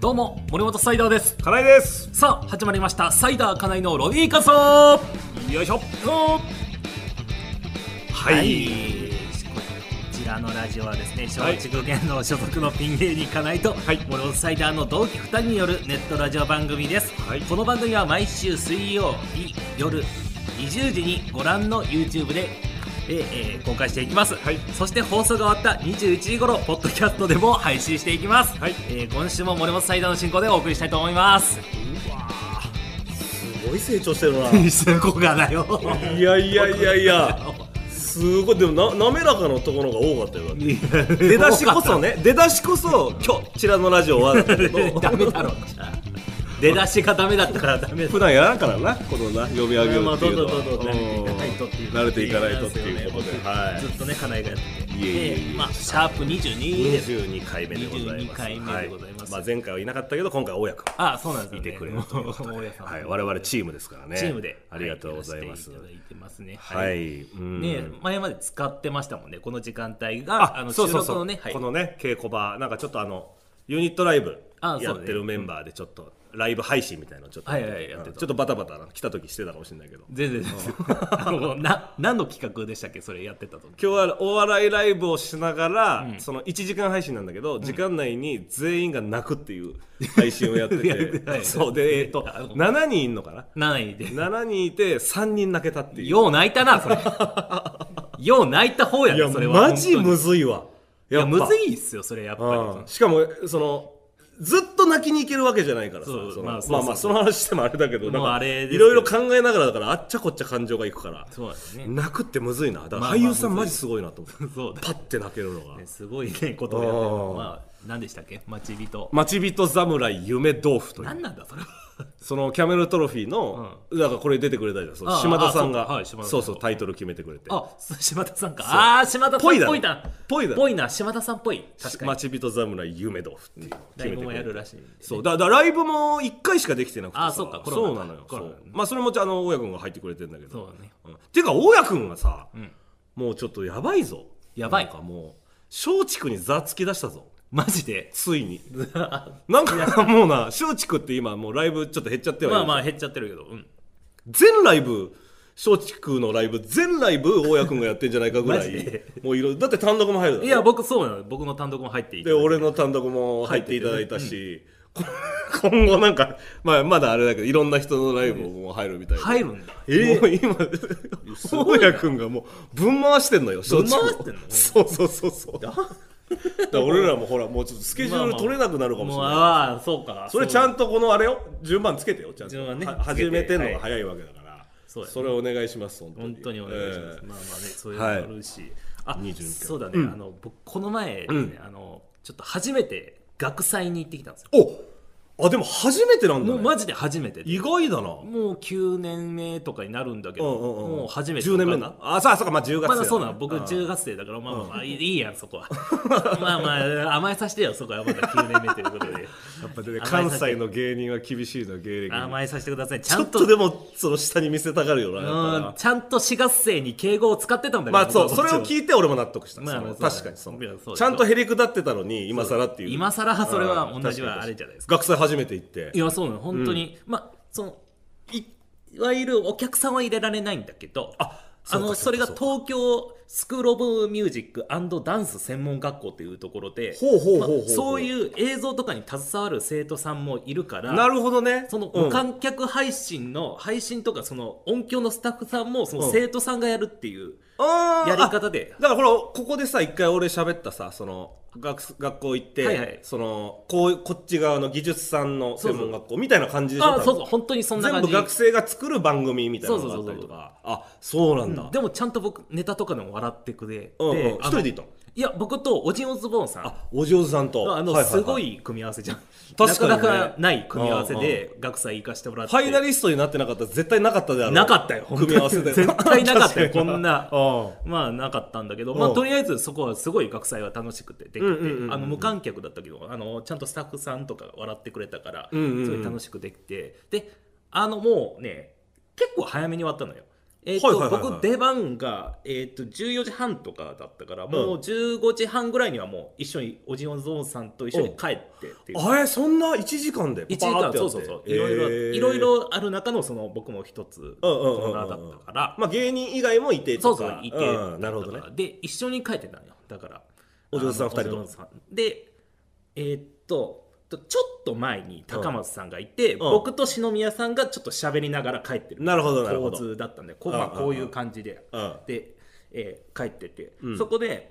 どうも森本サイダーですカナイですさあ始まりましたサイダーかなのロニー感想よいしょは、はいいこちらのラジオはですねはい松竹芸能所属のピン芸人かないと、はい森本サイダーの同期2人によるネットラジオ番組です、はいこの番組は毎週水曜日夜20時にご覧の YouTube で、えーえー公開していきます、はいそして放送が終わった21時頃ポッドキャストでも配信していきます、はいえー今週も森本サイダーの進行でお送りしたいと思いますす ごい成長して るすごがだよいやいやいやいや すごいでもな滑らかなところが多かったよ だって出だしこそね出だしこそ今日ちらのラジオはだけ どダメだろじゃあ出だしがダメだったからダメだ 普段やらんからなこのな読み上げるまあってどんいうどのんどんどんは慣慣れれてていいかかなないいとっとってていいううここととでではいずっとね金井がやっていえいえいてえでまあシャープ22です22回目でございます22回目でございますはまあ、前回はいなかったけど今回は親子あそうなんですよいねてくれるということで大家さんはい、我々チームですからねチームでありがとうございますはやらせていただいてますねはい、うんね前まで使ってましたもんねこの時間帯があの収そうそう録そうのねはいこのね稽古場なんかちょっとあのユニットライブあそうやねってるメンバーでちょっとライブ配信みたいなのちょっとはいはいはいやってたちょっとバタバタな来た時してたかもしれないけど全然全 然あのな何の企画でしたっけそれやってた時今日はお笑いライブをしながら、その1時間配信なんだけど、時間内に全員が泣くっていう配信をやっ てやってて、ないそうでえっ、と あの7人いんのかな7位で7人いて3人泣けたっていうよう泣いたなそれよう泣いた方やいねやそれはマジむずいわいやっぱむずいっすよそれやっぱりうんしかもそのずっと泣きに行けるわけじゃないからさそうそのままああそうそうまあその話してもあれだけどなんもうあかれですけいどろいろ考えながらだからあっちゃこっちゃ感情がいくからそうなんですね泣くってむずいなだからまあまあ俳優さんむずいマジすごいなと思ってそうだパッて泣けるのがねすごいねことをやってるのうんまあ何でしたっけ待ち人「待ち人侍夢豆腐」とい何うなんだそれはそのキャメルトロフィーのだからこれ出てくれたじゃんそあのあ島田さんあそうはいが島田さんそうそうタイトル決めてくれてあす島田さんかああー島田さんぽいだろぽいなぽいだろぽいな島田さんっぽい確かに待ち人侍夢豆腐っていうのを決ライめてブくもれやてるらしいそうだだからライブも1回しかできてなくてさあそうかコロナそうなのよコロナそうまあそれもちゃあの大家君が入ってくれてんだけどそうだねんていうか大家君がさ、んもうちょっとやばいぞやばいなんかもう松竹にざつき出したぞマジでつい にまなんかもうな松竹って今もうライブちょっと減っちゃってはいるあまあ減っちゃってるけどうん全ライブ松竹のライブ全ライブ大家君がやってんじゃないかぐら マジいでもういろいろだって単独も入るだろいや僕そうなの僕の単独も入っていいで俺の単独も入っていただいたし、こ今後なんか、まあ、まだあれだけどいろんな人のライブも入るみたいな、入るんだえーもう今大家君がもうぶん回してんのよぶん回松竹しをてんのそうそうそうそうだから俺らもほらもうちょっとスケジュール取れなくなるかもしれなまあまい、あもうあーそうかそれちゃとんとこのあれよ順番つけてよちゃんと順番ねはつけて始めてんのが早いわけだから、そうだねそれお願いします本当本に当にお願いします、えまあまあねそういうのもあるし、あ29そうだね、あの僕この前ですね、あのちょっと初めて学祭に行ってきたんですよーおあでも初めてなんだ、もうね、マジで初めてで意外だなもう9年目とかになるんだけど、もう初めて10年目なあそうかそうかまあ10月まだそうなの僕僕中学生だからまあまあまあいいいいやんそこは まあまあ甘えさせてよそこはまだ9年目ということ でやっぱね関西の芸人は厳しいの芸歴甘えさせてくださいちちゃょんっととでもその下に見せたがるよなやっぱうんなちゃんと4月生に敬語を使ってたんだけどまあそうそれをい聞いて俺も納得した、まあそのまあそうだね確かにそのいやそうだよちゃんとへりくだってたのに今更っていう今更それはうん同じ確はかあにれじゃないですか学祭初めて行っていやそうなの本当に、まあそのいいわゆるお客さんは入れられないんだけどあそうのかそうかそれがそう東京スクール・オブ・ミュージックダンス専門学校というところでほうほうほうほうまあそういう映像とかに携わる生徒さんもいるからなるほどねそのうん無観客配信の配信とかその音響のスタッフさんもその生徒さんがやるっていうあーやり方でだからほらここでさ一回俺喋ったさその学学校行って、はいはいそのこうこっち側の技術さんの専門学校みたいな感じでしょあ多分そうそう本当にそんな全感じ部学生が作る番組みたいなのがあったりとかあそうなんだ、でもちゃんと僕ネタとかでも笑ってくれてうんうんあの一人でいたのいや僕とオジンオズボーンさんあお嬢さんとあの、はははすごい組み合わせじゃん。確かにねなかなかない組み合わせで、学祭行かしてもらって。ファイナリストになってなかったら絶対なかったであろうなかったよ、組み合わせで絶対なかったよ、こんな 確。かまあ、なかったんだけど、まあ、うんとりあえずそこはすごい学祭は楽しくて、できて、うんうんうんうんあの、無観客だったけど、あの、ちゃんとスタッフさんとかが笑ってくれたから、うんうんうんすごい楽しくできて、で、あの、もうね、結構早めに終わったのよ。えっと、はいはいはいはい僕出番が、えっと14時半とかだったから、もう15時半ぐらいにはもう一緒におじおんぞんさんと一緒に帰ってっていうあれそんな1時間で1時パー間ってやそっうてそうそうへーいろいろいろいろある中のその僕も一つうんうんコうんうーんナーだったからまあ芸人以外もいてそとうかそういて、うんなるほどねで一緒に帰ってたのよだからお嬢さんあの二人とお嬢さんでえーっととちょっと前に高松さんがいて、僕と篠宮さんがちょっと喋りながら帰ってるなるほどなるほど構図だったんでこう,、まあ、うんうんうんこういう感じで、うんで、えー帰ってて、んそこで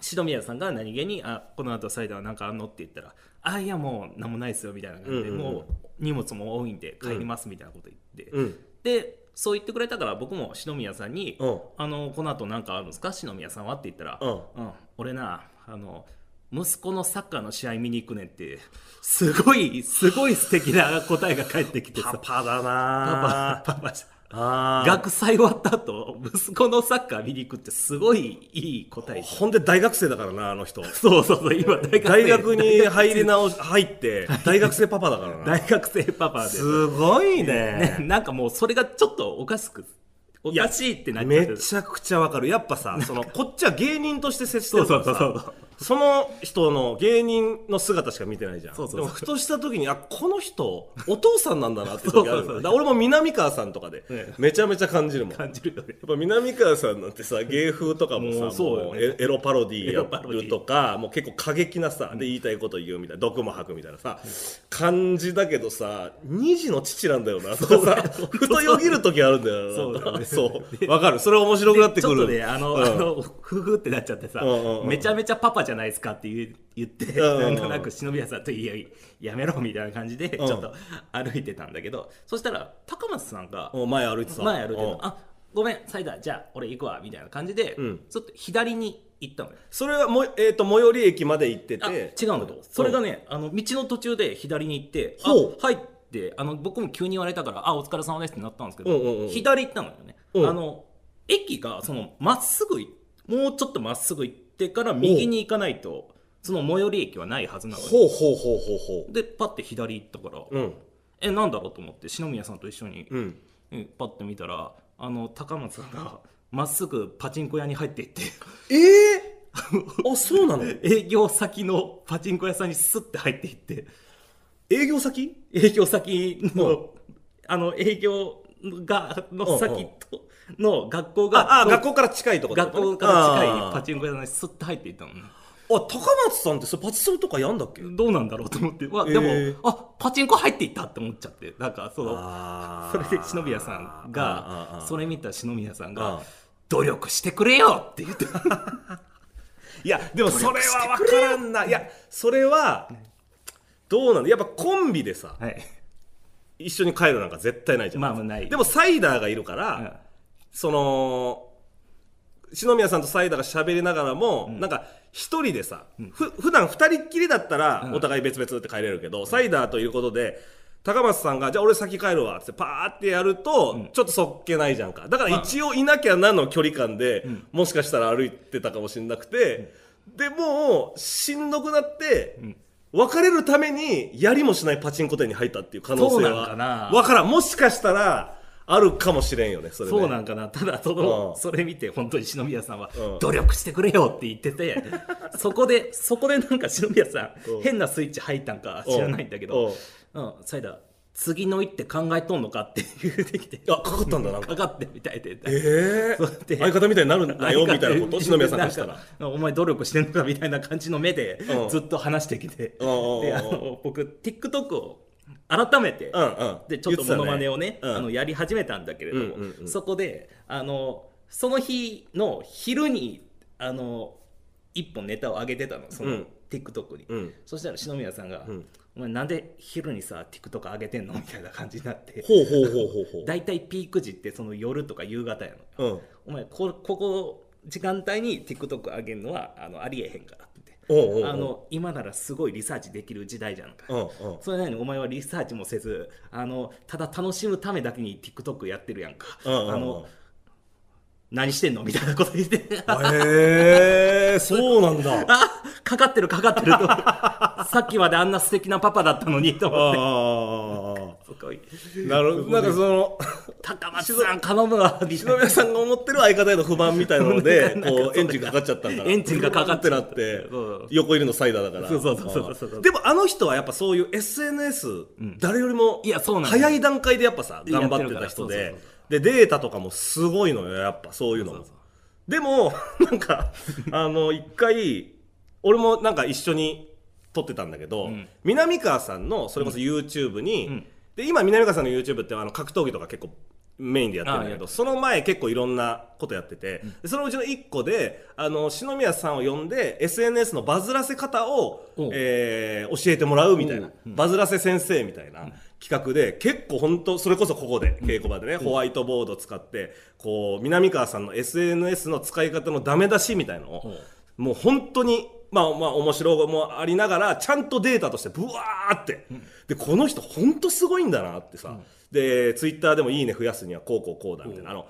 篠宮さんが何気に「あこの後サイダーなんかあんの?」って言ったら「あいやもう何もないですよ」みたいな感じで、うんうんうんもう荷物も多いんで帰りますみたいなこと言って、うんでそう言ってくれたから僕も篠宮さんに「うんあのこの後なんかあるんですか篠宮さんは?」って言ったら「ううん俺なあの息子のサッカーの試合見に行くねん」ってすごいすごい素敵な答えが返ってきてパさパパだなパパパじゃんあー学祭終わった後息子のサッカー見に行くってすごいいい答えじゃんほんで大学生だからなあの人そうそうそう今大学生大学に入り直し入って大学生パパだからな大学生パパで、すごいね、ね なんかもうそれがちょっとおかしくおかしいってなっちゃっめてちゃくちゃわかるやっぱさ そのこっちは芸人として接してるからそうそうそうさその人の芸人の姿しか見てないじゃんそうそうそうでもふとした時にあこの人お父さんなんだなって時あるよねそうそうそうだから俺も南川さんとかでええめちゃめちゃ感じるもん感じるよねやっぱ南川さんなんてさ芸風とかもさもうそうよねもうエエロパロディエロパロデーィやるとかもう結構過激なさで言いたいこと言うみたいな毒も吐くみたいなさ感じだけどさ2児の父なんだよなとか さふとよぎる時あるんだよなそうだねそうわかるそれ面白くなってちくょっるとねあの、うんあのふふってなっちゃってさ、うんうんうんめちゃめちゃパパじゃないですかって言う言って、うんうんうんなんとなく忍び屋さんといややめろみたいな感じでちうょんっと歩いてたんだけど、そしたら高松さんがお前歩いてた前歩いてうんたあごめんサイダーじゃあ俺行くわみたいな感じで、うんちょっと左に行ったのよ。それはもう、えー、と最寄り駅まで行ってあて違うんだとそれがね、あの道の途中で左に行って「あほうはい」ってあの僕も急に言われたから「あお疲れ様です」ってなったんですけど、うんうんうん左行ったのよね、うんあの駅がそのまっすぐいもうちょっとまっすぐ行ってから右に行かないとその最寄り駅はないはずなのよほうほうほうほうほでパッて左行ったから、ううんえなんだろうと思って篠宮さんと一緒に、うんうんパッて見たらあの高松さん がまっすぐパチンコ屋に入っていってえー、あそうなの営業先のパチンコ屋さんにスッて入っていって営業先営業先の、あの、営業が、の先と、の学校が、ああ学校から近いとこ学校からあ近いーパチンコ屋さんにスッと入っていったのね。あ高松さんってそれパチスロとかやんだっけどうなんだろうと思って、わでも、えーあ、パチンコ入っていったって思っちゃって、なんか、その、あそれで篠宮さんが、それれ見た篠宮さんあがー、努力してくれよって言って、いやでもそれは分からんないやそれはどうなんだやっぱコンビでさはい。一緒に帰るなんか絶対ないじゃん、まあまあないでもサイダーがいるから、うんその篠宮さんとサイダーが喋りながらも、なんか一人でさ、ふ普段二人っきりだったらんお互い別々って帰れるけど、サイダーということで高松さんが「じゃあ俺先帰るわ」っつってパーってやると、ちょっとそっけないじゃんかだから一応いなきゃなの距離感で、もしかしたら歩いてたかもしれなくて、でもうしんどくなって。別れるためにやりもしないパチンコ店に入ったっていう可能性そうなんはかなわからんもしかしたらあるかもしれんよねそれねそうなんかなただその、うんそれ見て本当に篠宮さんはうん努力してくれよって言って て、そこでそこでなんか篠宮さん、うん変なスイッチ入ったんか知らないんだけど、うん、サイダー次の一手考えとんのかって言ってきてあかかったんだなんかかかってみたいで。 ええそうやって相方みたいになるんだよみたいなこと篠宮さんながんしたらかお前努力してんのかみたいな感じの目でうんずっと話してきて、うんうんうんうんであの僕 TikTok を改めて、うんうんでちょっとモノマネをねうんあのやり始めたんだけれども、うんうんうんそこであのその日の昼にあの一本ネタを上げてたのその、うん TikTok に、うんそしたら篠宮さんが「うんお前なんで昼にさ TikTok 上げてんの?」みたいな感じになってほうほうほうほうほう大体ピーク時ってその夜とか夕方やのうんお前こここ時間帯に TikTok 上げるのはあのありえへんからっておうお言うっおてうあの今ならすごいリサーチできる時代じゃんか、 うんうんそれなのにお前はリサーチもせずあのただ楽しむためだけに TikTok やってるやんか、うんうんうんあの何してんのみたいなこと言って へえそうなんだああかかってるかかってると さっきまであんな素敵なパパだったのにと思ってあすごいなるほどなんかその高松さん頼むわみた篠いな宮さんが思ってる相方への不満みたいなのでこうエンジンかかっちゃったんだなエンジンがかかっってちゃなっったてそう横いるのサイダーだからそうそうそうそうそうあーでもあの人はやっぱそういう SNS、誰よりもいやそうなんだよ早い段階でやっぱさや頑張やってたってるからそ人うそうででデータとかもすごいのよやっぱそういうのもそうそうでもなんかあの一回俺もなんか一緒に撮ってたんだけど、ん南川さんのそれこそ YouTube に、んで今南川さんの YouTube ってあの格闘技とか結構メインでやってるんだけあやどその前結構いろんなことやってて、でそのうちの1個であの篠宮さんを呼んで SNS のバズらせ方をおう、えー教えてもらうみたいな、バズらせ先生みたいな企画で結構本当それこそここで稽古場でね、ホワイトボード使ってこう南川さんの SNS の使い方のダメ出しみたいのを、もう本当に。まあまあ面白もありながらちゃんとデータとしてブワーって、でこの人本当すごいんだなってさ、でツイッターでも「いいね」増やすにはこうこうこうだみたいな、あの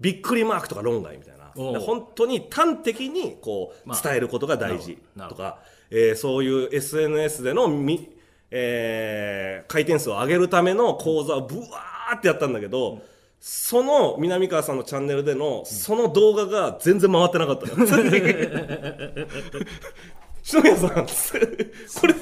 びっくりマークとか論外みたいなおうで本当に端的にこうまあ伝えることが大事なるとほどか、えーそういう SNS でのみ、えー回転数を上げるための講座をブワーってやったんだけど、その南川さんのチャンネルでのその動画が全然回ってなかった のよ。篠宮さん、 これ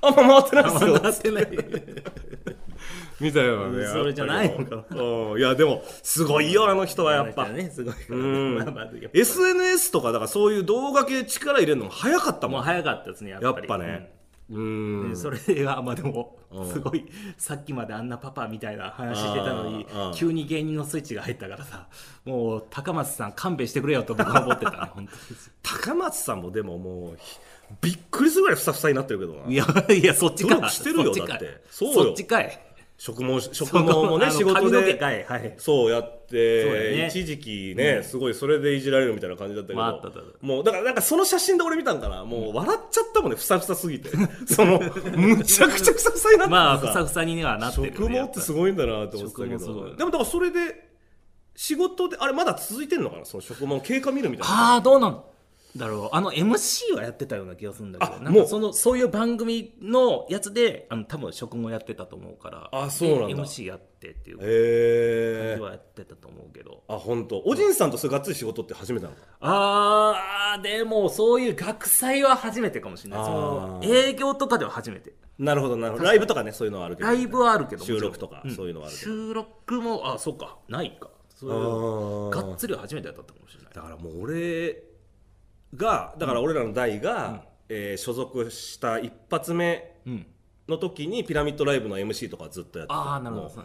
あんま回ってないですよ。笑ってない みたいなねそれじゃないのかうんいやでもすごいよあの人はやっ ぱ、ねすごいからうねんまあまあやっぱ SNS とかだからそういう動画系力入れるのも早かったももうん早かったですねやっやっぱりぱねうんうんそれはまあでもうんすごいさっきまであんなパパみたいな話してたのにああ急に芸人のスイッチが入ったからさもう高松さん勘弁してくれよと僕は思 ってたね本当高松さんもでももうひびっくりするぐらいふさふさになってるけどにいなやいやそっち努か力してるよそっちかだってそそうよっちかい職務職務もねそ仕こあの事髪の毛でかいはいそうやっそうだよて、ね一時期ね、すごいそれでいじられるみたいな感じだったけど、まああったあったあったもうだからなんかその写真で俺見たんかなもう笑っちゃったもんねふさふさす ぎてそのむちゃくちゃふさふさになってまあふてさふさにはなってる植毛ってすごいんだなと思ってたけ植毛すごどいでもだからそれで仕事であれまだ続いてんのかなその植毛経過見るみたいなああどうなんだろうあの MC はやってたような気がするんだけどあなんもうかそのそういう番組のやつであの多分職もやってたと思うからあそうなんだで MC やってっていう感へじえはやってたと思うけど、あ本当おじんさんとそういうがっつり仕事って初めてなのかあーでもそういう学祭は初めてかもしれないあーその営業とかでは初めてなるほどなるほどライブとかねそういうのはあるけどライブはあるけどもちろん収録とかそういうのはあるけど収録もあそうかないかそういうのあーがっつりは初めてだったかもしれないだからもう俺がだから俺らの代が、えー所属した一発目うんの時にピラミッドライブの MC とかずっとやってたああなるほもどうそう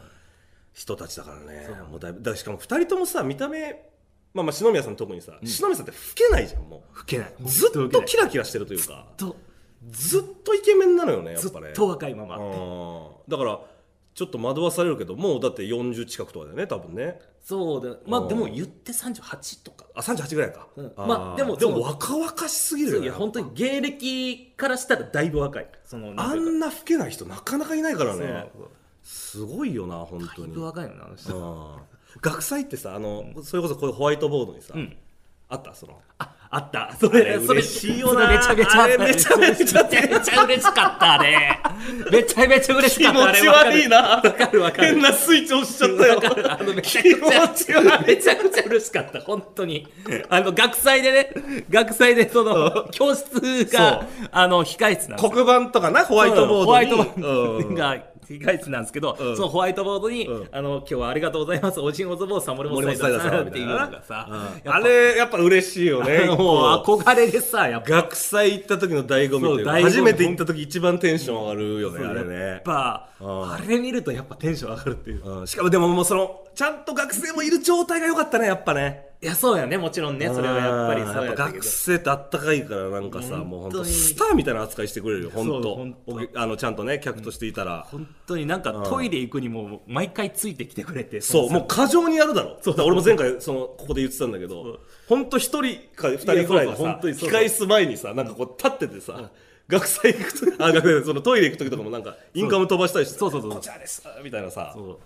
人たちだからねそうもうだいぶだからしかも2人ともさ見た目まあまあ篠宮さん特にさ、篠宮さんって老けないじゃんも吹けないうずっとずキラキラしてるというかっとずっとイケメンなのよねやずっぱねっと若いままうんだからちょっと惑わされるけどもうだって40近くとかだよね多分ねそうだまうあんでも言って38とかあ38ぐらいか、うんあーまあでもでそもの若々しすぎるよいねや本当に芸歴からしたらだいぶ若いそのあなんな老けない人なかなかいないからていうかねそうすごいよな本当だいにぶ若いよなあの人うん学祭ってさあの、それこそこういうホワイトボードにさ、んあったそのああったそあれれそれ嬉しいよなそれめちゃめちゃあったあれめちゃめちゃめちゃめちゃ嬉しかったあれめちゃめちゃ嬉し 気か持ったあれち悪いなわかるわかる変なスイッチ押しちゃったよわか るあのめちゃ気持くちちゃ悪いめちゃくちゃ嬉しかった本当にあの学祭でね学祭でその教室そがうあの控室なんですよ黒板とかなホワイトボードにホワイトボーうんドが控室なんですけど、うんそのホワイトボードに、うんあの今日はありがとうございますおじんおずぼうさん森本森本ササイイダーさんダーさんっみてたいいうなのがさ、うんあれやっぱ嬉しいよねあのもうこう憧れでさやっぱ学祭行った時の醍醐味というかそう醍醐味初めて行った時一番テンション上がるよねあれやっねぱうんあれ見るとやっぱテンション上がるっていううんしかもでももうそのちゃんと学生もいる状態が良かったねやっぱねいやそうやねもちろんねそれはやっぱりそうややっったぱけど学生ってあったかいからなんか本当さにもう本当スターみたいな扱いしてくれるよ本そ当う本当おあのちゃんとね客としていたら、本当になんかトイレ行くにも毎回ついてきてくれてそうもう過剰にやるだろそうだから俺も前回そのここで言ってたんだけそうど本当一人か二人ぐらいがいやそうそう本さ当にそう控室前にさなんかこう立っててさ学祭行 くとあ学祭そのトイレ行く時とかもなんかインカム飛ばしたりしてそうそうそうそうこちらですみたいなさそ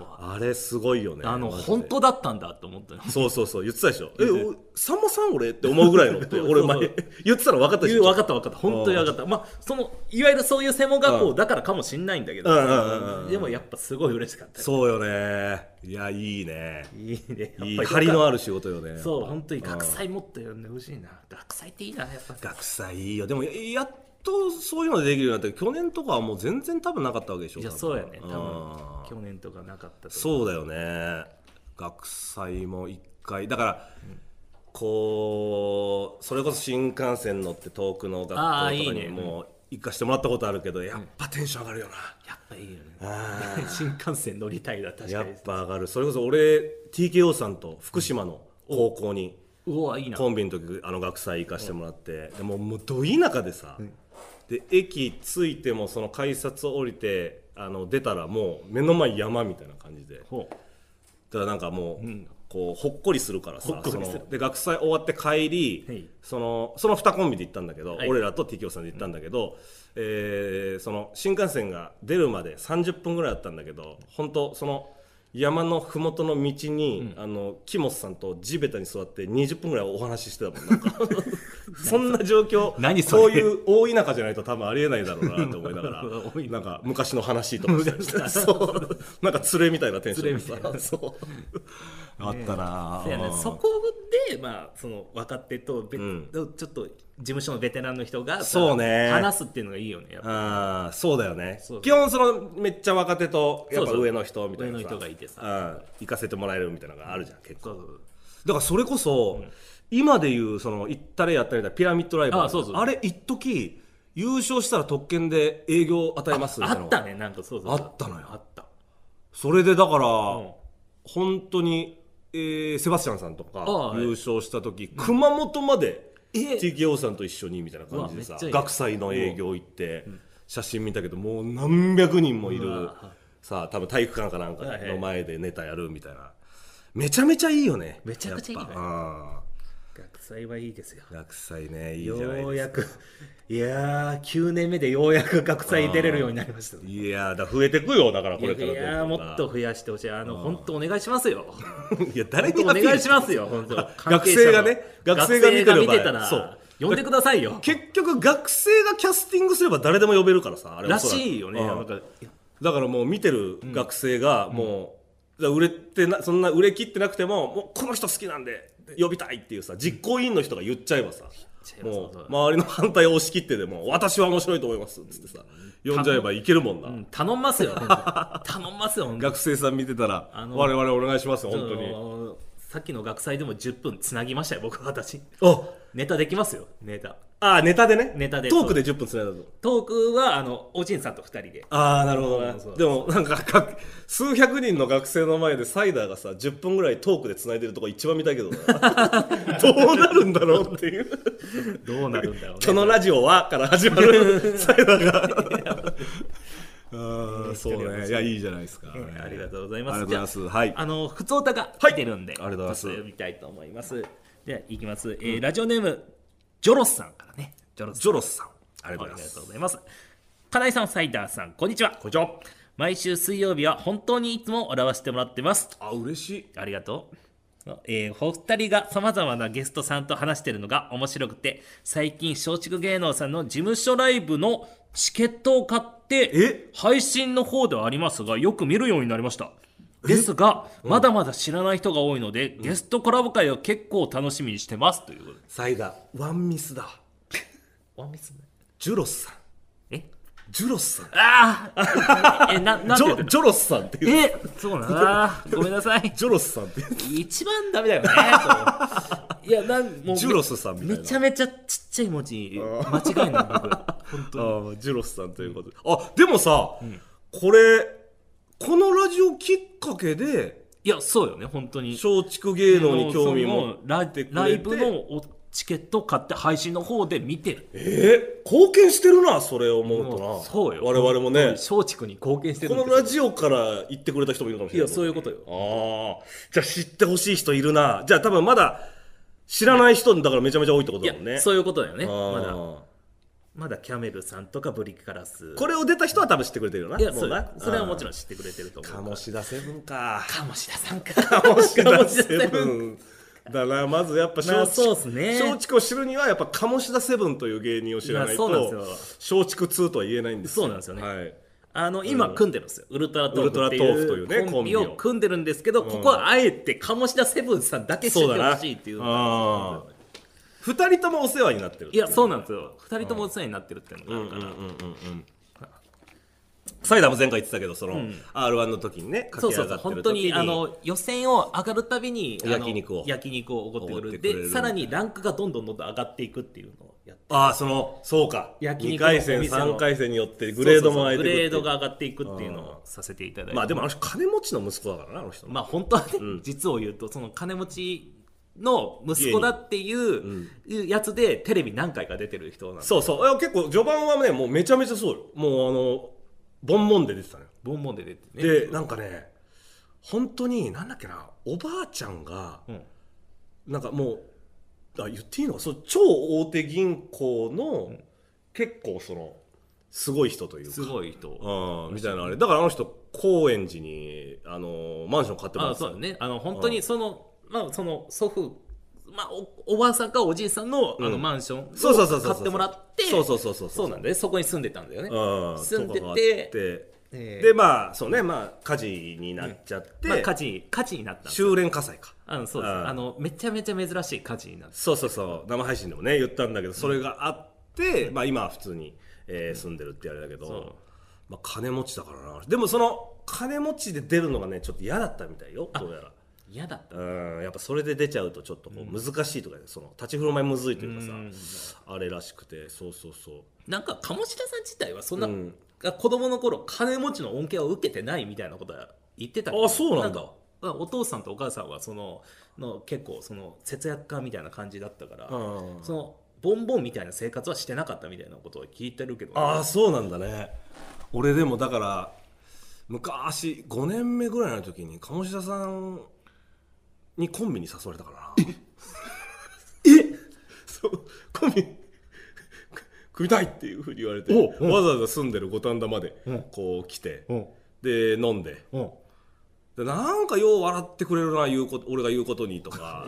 うあれすごいよねあのマジで本当だったんだと思ったのそうそうそう言ってたでしょえ言っておさんまさん俺って思うぐらい のって俺前言ってたの分かったでし分ょかった分かった本当に分かったまあそのいわゆるそういう専門学校だからかもしんないんだけどうんうんうんうんでもやっぱすごい嬉しかったそうよねいやいいねいいねいいやっぱ張りのある仕事よねそうやっぱ本当に学祭もっと呼んでほしいな学祭っていいなやっぱ学祭いいよでもややっとそういうのできるようになって去年とかはもう全然多分なかったわけでしょいやそうやね多多分うん分去年とかなかったとそうだよね学祭も一回だから、こうそれこそ新幹線乗って遠くの学校とあかーいいにねも行かしてもらったことあるけどやっぱテンション上がるよな、やっぱいいよねあー新幹線乗りたいだ確かやっにぱ上がるそれこそ俺 TKO さんと福島の高校にうわいいなコンビの時あの学祭行かしてもらってでもうもうど田舎でさ、で駅着いてもその改札降りてあの出たらもう目の前山みたいな感じでほうだからなんかもう、こうほっこりするからさほっこりするそので学祭終わって帰り、はいそのその2コンビで行ったんだけど、はい俺らと TKO さんで行ったんだけど、えーその新幹線が出るまで30分ぐらいだったんだけど本当その山の麓の道に、あの木本さんと地べたに座って20分ぐらいお話ししてたもん なんかそんな状況何それそういう大田舎じゃないと多分ありえないだろうなと思いなが 多らいなんか昔の話とかし てそうなんか連れみたいなテンションでさ連れみたいなそうあったなそうやね、そこで、まあ、その若手とベ、うんちょっと事務所のベテランの人がさそうね話すっていうのがいいよねやっぱあーそうだよねそうそう基本そのめっちゃ若手とやっぱそうそう上の人みたいな上の人がいてさうん行かせてもらえるみたいなのがあるじゃん結そ構うそうだからそれこそ、今でいうその行ったれやったれだピラミッドライブあーそうそうあれ一時優勝したら特権で営業与えますみあたいなのったねなんかそうそうそうあったのよあったそれでだから、ん本当に、えーセバスチャンさんとかあはい優勝した時、熊本までえ TKO さんと一緒にみたいな感じでうさわめっちゃいい学祭の営業行って、写真見たけどもう何百人もいうるわさあ多分体育館かなんかはいはいの前でネタやるみたいなめちゃめちゃいいよねめちゃくちゃいいねやっぱ学祭はいいですようん学祭ねいいじゃないですかようやくいやー9年目でようやく学祭出れるようになりましたねいやーだから増えてくよだからいこやれからいやーもっと増やしてほしいあの本当お願いしますよ いや誰本に当おアピール願いしますよ本当関係学生者のがね学生が見てる場学合生が見てたらそう呼んでくださいよ結局学生がキャスティングすれば誰でも呼べるからさあれらおそくしいよねうんなんかだからもう見てる学生がもう、だから売れてなそんな売れ切ってなくてももうこの人好きなんで呼びたいっていうさ実行委員の人が言っちゃえばさちゃえばもそううそう周りの反対を押し切ってでも 私は面白いと思いますっつってさ呼んじゃえばいけるもんな、うん頼んますよ 頼んますよ本当に学生さん見てたらあの我々お願いしますよ本当あにのさっきの学祭でも10分つなぎましたよ僕私あネタできますよネタあネタでねネタでトークで10分つないだとトークはあのおじんさんと2人でああなるほどうねんそうでもなんかか数百人の学生の前でサイダーがさ10分ぐらいトークで繋いでるとこ一番見たいけどな どうなるんだろうって いう どうなるんだろう「ねそのラジオは」から始ま るサイダーがあーそうねいやいいじゃないですか、うんありがとうござあいりがますとうございますはいあの普通歌が入ってるんで、ありがとうございますちょっ読みたいと思いますではいきます、えーラジオネームジョロスさんからねジョロスジョロスさんあありりががとうございますとうございます金井さんサイダーさんこんにちはこんにちは毎週水曜日は本当にいつも笑わせてもらってますあ嬉しいありがとう。えー、お二人がさまざまなゲストさんと話してるのが面白くて最近松竹芸能さんの事務所ライブのチケットを買ってえ配信の方ではありますがよく見るようになりましたですが、まだまだ知らない人が多いので、ゲストコラボ会を結構楽しみにしてますということでサイダーワンミスだワンミスねジョロスさんえジョロスさんああえななんジて言ってョんのジョロスさんっていうえそうなんだ あーごめんなさいジョロスさんっていう一番ダメだよねいやなんもうジュロスさんみたいなめちゃめちゃちっちゃい文字間違いない 僕本当にああジュロスさんということで、あでもさ、これこのラジオきっかけでいやそうよね本当に松竹芸能に興味ももうラてくれてライブのおチケットを買って配信の方で見てるえー貢献してるなそれを思うもとなうそうよ我々もね松竹に貢献してるこんでのすラジオから言ってくれた人もいるかもしれないいやそういうことよああじゃあ知ってほしい人いるなじゃあ多分まだ知らない人だからめちゃめちゃ多いってことだもんいねやそういうことだよねあーまだまだキャメルさんとかブリカラスこれを出た人は多分知ってくれてるよないやもそううなだそれはもちろんん知ってくれてると思うから鴨志田セブンか鴨志田さんか鴨志鴨田志田セセブブンだなまずやっぱまあそうっすね松竹を知るにはやっぱ鴨志田セブンという芸人を知らないといやそうなんです松竹2とは言えないんですそうなんですよねはいあの今組んでるんですよ、ウルトラトークってウルトラトークといういねうコンビコンビをを組んでるんですけど、ここはあえて鴨志田セブンさんだけ知ってほしいっていうのがあー二人ともお世話になってるいやそうなんですよ2人ともお世話になってるっていうのがあるから、サイダーも前回言ってたけどその、R1 の時にねそう駆けそうそ上がうって本る当時ににあの予選を上がるたびにあの焼肉を焼肉をおごってくれおごってるくれるでさらにランクがどんどんどんどん上がっていくっていうのをやってああそのそうか焼2肉のお回店戦の3回戦によってグレードも上げてそうそうそうグレードくっていうが上がっていくっていうのをさせていただいてまあでもあの人金持ちの息子だからなあの人まあ本当はね、実を言うとその金持ちの息子だっていうやつでテレビ何回か出てる人なんですそうそういや結構序盤はねもうめちゃめちゃそうよもうあのボンボンで出てたのよボンボンで出てねでなんかね本当になんだっけなおばあちゃんが、うんなんかもうあ言っていいのかそう超大手銀行の、結構そのすごい人というかすごい人うんみたいなあれだからあの人高円寺にあのマンション買ってあまあすそうだねあの本当にそのまあその祖父まあおおばあさんかおじいさんのあのマンションそうそうそうをそう買ってもらってそうそうそうそうそうなんだねそこに住んでたんだよねうん住んでてとかがあってえーでまあそうねまあ火事になっちゃって、まあ火事火事になったんです修練火災かあのそうですうんあのめちゃめちゃ珍しい火事になってそうそうそう生配信でもね言ったんだけどそれがあって、まあ今は普通に、えー住んでるってあれだけど、そうまあ金持ちだからなでもその金持ちで出るのがねちょっと嫌だったみたいよどうやら嫌だったうんやっぱそれで出ちゃうとちょっとこう難しいとかね、その立ち振る舞いむずいというかさ、うんあれらしくてそうそうそうなんか鴨志田さん自体はそんな、うん子供の頃金持ちの恩恵を受けてないみたいなことは言ってたけどあそうなんだかお父さんとお母さんはそのの結構その節約家みたいな感じだったから、うんそのボンボンみたいな生活はしてなかったみたいなことを聞いてるけどね、ああそうなんだね俺でもだから昔5年目ぐらいの時に鴨志田さんにコンビに誘われたからなえそうコンビ組みたいっていうふうに言われておうんわざわざ住んでる五反田までうんこう来てうんで飲んでうんでなんかよう笑ってくれるな言うこと俺が言うことにとか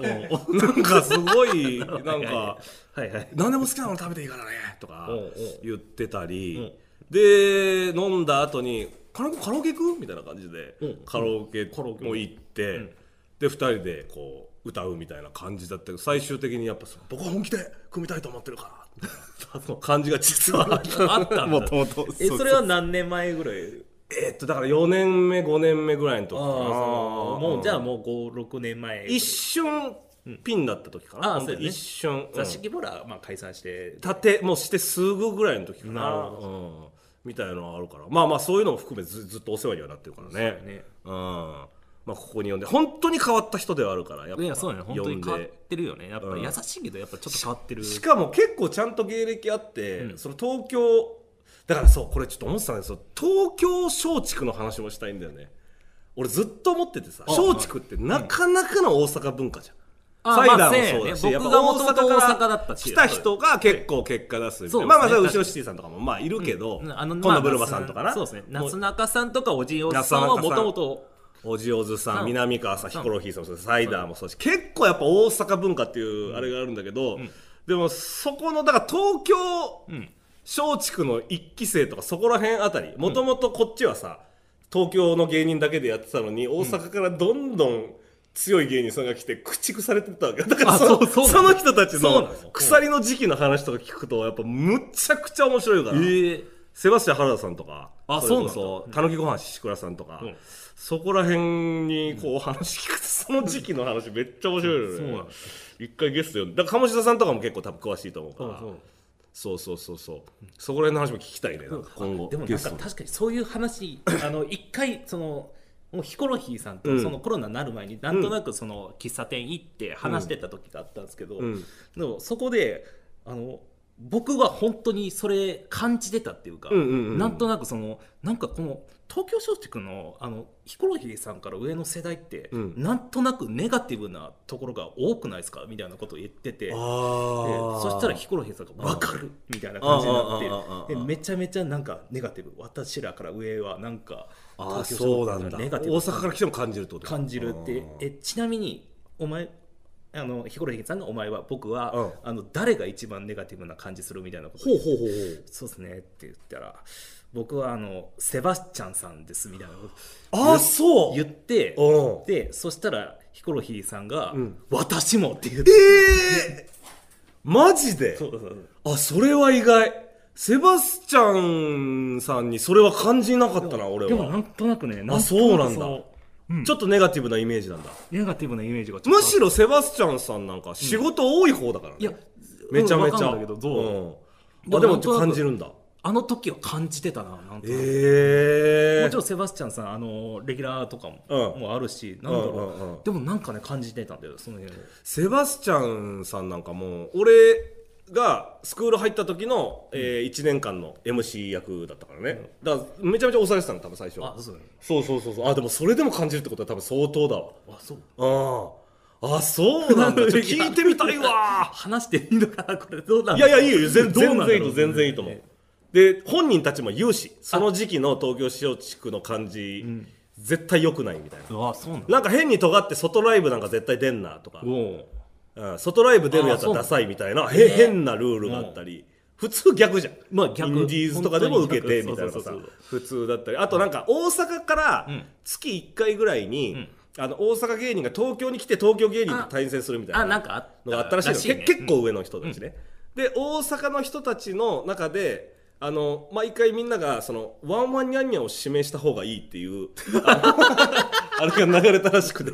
なんかすごいなんか。はいはい何でも好きなもの食べていいからねとかおうおう言ってたりで飲んだ後に「金子カラオケ行く?」みたいな感じでうんカラオケカラオケも行って、んで2人でこう歌うみたいな感じだったけど最終的にやっぱその僕は本気で組みたいと思ってるから みたいなその感じが実 はあったあったんだもともとえそれは何年前ぐらいえーっとだから4年目5年目ぐらいの時あかあなそうもうじゃあもう56年前一瞬ピンだった時かうんあな、あ本そ当にうだね一瞬、うん座敷ボラはまあ解散して立てもうしてすぐぐらいの時かななるほうん、みたいなのがあるからまあまあそういうのも含めずずっとお世話にはなってるからねそうだねうんまあ、ここに呼んで本当に変わった人ではあるからやっぱいやそうだね本当に変呼わんっでてるよねやっぱうん優しいけどやっぱちょっと変わってるしかも結構ちゃんと芸歴あって、うんその東京だからそうこれちょっと思ってたんですよ東京松竹の話もしたいんだよね俺ずっと思っててさあ松竹ってなかなかの大阪文化じゃん、あサイまあダーもそうだし、そうやね僕が元々やぱ大阪だったし来た人が結構結果出すみたいなそうまあまあそそうれでは後すねろシティさんとかもまあいるけど、うん今度まブルマさんとかなそうですねも夏う中さんとかおじいおじさんは夏も中さんともとおじおずさうんん南川さんヒコロヒーさんもそうですサイダーもそうだし結構やっぱ大阪文化っていうあれがあるんだけど、でもそこのだから東京松竹の一期生とかそこら辺あたりもともとこっちはさ東京の芸人だけでやってたのに大阪からどんどん強い芸人さんが来て駆逐されてったわけだからあそのそうそうその人たちそうのなの鎖の時期の話とか聞くとやっぱむちゃくちゃ面白いから。えセバスチャン原田さんとかあれこそうなんたぬきご飯ししくらさんとか、うんそこら辺にこう話聞くとその時期の話めっちゃ面白いよね、そうなんだ一回ゲスト呼んでだから鴨志田さんとかも結構多分詳しいと思うからそうそうそうそうそうそこら辺の話も聞きたいねなんか今後でもなゲんスかトで確かにそういう 話あの一回そのもうヒコロヒーさんとうんそのコロナになる前になんとなくその喫茶店行って話してた時があったんですけど、うんでもそこであの僕は本当にそれ感じてたっていうか、うんうんうんなんとなくそのなんかこの東京松竹のあのヒコロヒーさんから上の世代って、うんなんとなくネガティブなところが多くないですかみたいなことを言ってて。であそしたらヒコロヒーさんが「分かる!」みたいな感じにああなあああっあてでめちゃめちゃなんかネガティブ私らから上はなんかあー東京そう松竹がなんだネ大ガティブ阪から来ても感じるってこと感じるってえちなみにお前あのヒコロヒーさんが「お前は僕は、うんあの誰が一番ネガティブな感じする?」みたいなことほうほうほうほうそうですねって言ったら僕はあのセバスチャンさんですみたいなことああそう言ってうんでそしたらヒコロヒーさんが「うん私も」って言ってええマジでそうそうそうあそれは意外セバスチャンさんにそれは感じなかったな俺でもなはんとなくねあそうなんだとくちょっとネガティブなイメージなんだネガティブなイメージがちょっとむしろセバスチャンさんなんか仕事多い方だからねいやめちゃめちわかゃんないけどどううんでもあでなもんちとょなくっと感じるんだあの時は感じてたななんか、ええもちろんセバスチャンさんあのレギュラーとかも,、うんもうあるしなんだろう,、うんうんうんでもなんかね感じてたんだよその辺をセバスチャンさんなんかもう俺がスクール入った時の、え1年間の MC 役だったからね、だからめちゃめちゃ押されてたの多分最初あそうだねそうそうそうそうあでもそれでも感じるってことは多分相当だわあそうあーあそうなんだちょっと 聞いてみたいわ話していいのかなこれどうなんいだやろいうやいいよ全どうな全んだ然いいろとう全然いいと思うで本人たちも言うしその時期の東京市地区の感じ、絶対良くないみたいなあそうなんだなんか変に尖って外ライブなんか絶対出んなとかおうん外ライブ出るやつはダサいみたいなへ変なルールがあったり、普通逆じゃん、まあ逆インディーズとかでも受けて本み当たいにな逆さそうそうそう普通だったりあとなんか大阪からん月1回ぐらいに、あの大阪芸人が東京に来て東京芸人と対戦するみたいなあなんかあったのがあったらしいのらしいねけ結構上の人たちね、で大阪の人たちの中であの毎回みんながそのワンワンニャンニャンを指名した方がいいっていう あのあれが流れたらしくて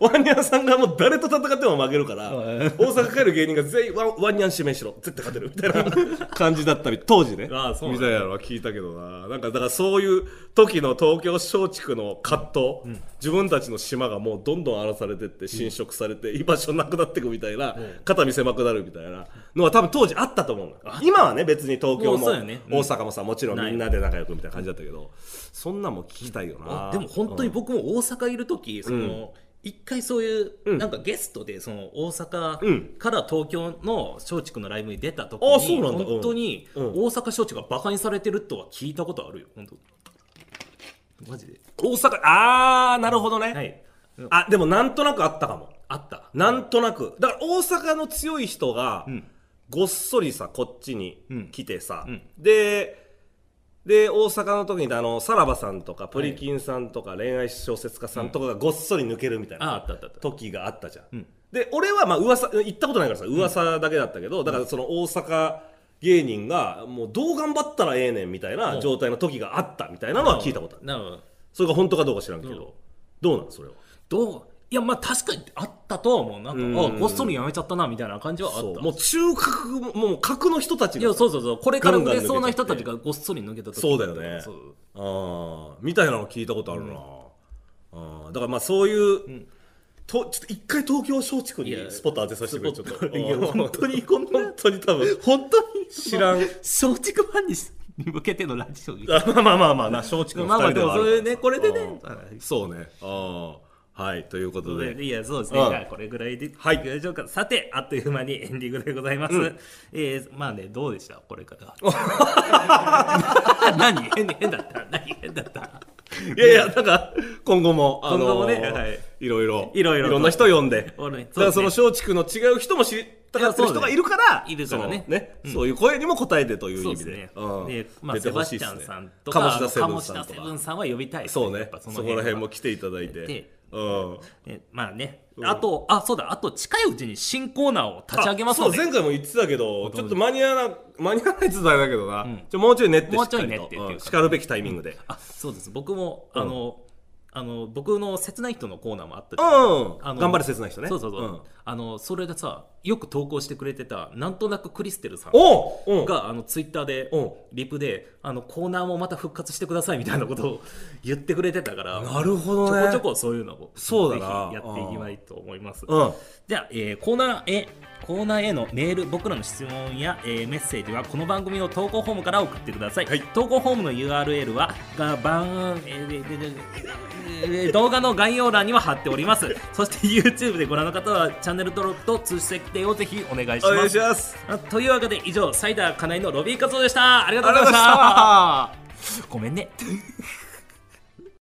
ワンニャンさんがもう誰と戦っても負けるから大阪帰る芸人が全員ワンワンニャン指名しろ絶対勝てるみたいな感じだったり当時ねああそうなんみだたいなのは聞いたけどななんかだからそういう時の東京松竹の葛藤、自分たちの島がもうどんどん荒らされてって侵食されて、居場所なくなっていくみたいな、肩身狭くなるみたいなのは多分当時あったと思うのよ今はね別に東京ももうそうよねうん大阪もさもちろんないみんなで仲良くみたいな感じだったけどそんなんも聞きたいよなあでも本当に僕も大阪いる時その一回そういう、うんなんかゲストでその大うん阪から東京の松竹のライブに出た時あそうに、なんだうん本当にうん大阪松竹がバカにされてるとは聞いたことあるよ本当マジで大阪ああなるほどね、はいあでもなんとなくあったかもあったなんとなくだから大阪の強い人が、んごっそりさこっちに来てさ、うんでで大阪の時にあのさらばさんとかプリキンさんとか恋愛小説家さんとかがごっそり抜けるみたいああなったあったあった時があったじゃん、うんで俺はまあ噂行ったことないからさ噂だけだったけど、だからその大阪芸人がもうどう頑張ったらええねんみたいな状態の時があったみたいなのは聞いたことある、なるほどそれが本当かどうか知らんけど、どうなんそれはどういやまあ確かにあったとは思うなんか、うんあごっそりやめちゃったなみたいな感じはあったそうもう中核もう核の人たちいがやさそうそうそうこれからガンガ売ンれそうな人たちがごっそり抜けた時そうだよねそうああみたいなの聞いたことあるな、ああだからまあそういう、とちょっと一回東京松竹いやにスポット当てさせてくれスちょポっットといやああ本当にこんな本当に多分本当に知らん松竹ファンに向けてのラジオみたいあまあまあまあまあな松竹のまあまあ二人ででもはあそういうるねこれでねからそうねああはいということでいやそうですね、うんじゃあこれぐらいで、はいいきましょうかさてあっという間にエンディングでございます、えーまあねどうでしたこれから 何変変だった何変だったいやいやなんか今後もあの今後もねはいいろいろいろいろといろんな人呼んで俺ねだからそのそう松竹の違う人も知りたがってる人がいるから、いやそうだねいるからねそのね、そういう声にも応えてというそう意で味すで、ね。うんで、まあ、出てセほバしスいでチすャンねさんと鴨か、志田セブン鴨志さん田とセかブンさんは呼びたいですねそうやねっぱそそこら辺もは来ていただいてでうんでまあね、あと、あ、そうだ、あと近いうちに新コーナーを立ち上げますあのそうで、前回も言ってたけどちょっと間に合わな間に合わないって言ったらあれだけどな、ちょもうちょい練ってもうちょい練しっかてっていうりとかうんしかるべきタイミングであそうです僕もあの、あの僕の切ない人のコーナーもあったじうゃんん、あ頑の張れ切ない人ねそうそうそう、んあのそれでさよく投稿してくれてたなんとなくクリステルさんおう、うん、があのツイッターでうんリプであのコーナーもまた復活してくださいみたいなことを言ってくれてたからなるほどちょねこちょこそういうのをそうだなぜひやっていきたいと思います、うんじゃあ、えーコーナーへコーナーへのメール僕らの質問や、えーメッセージはこの番組の投稿フォームから送ってください、はい投稿フォームの URL はが番、えーでででえー動画の概要欄には貼っております そして YouTube でご覧の方はチャンネル登録と通知設定をぜひお願いしお願まいしすますあというわけで以上サイダーかなえのロビー活動でしたありがとうございましありがとうごたごめんね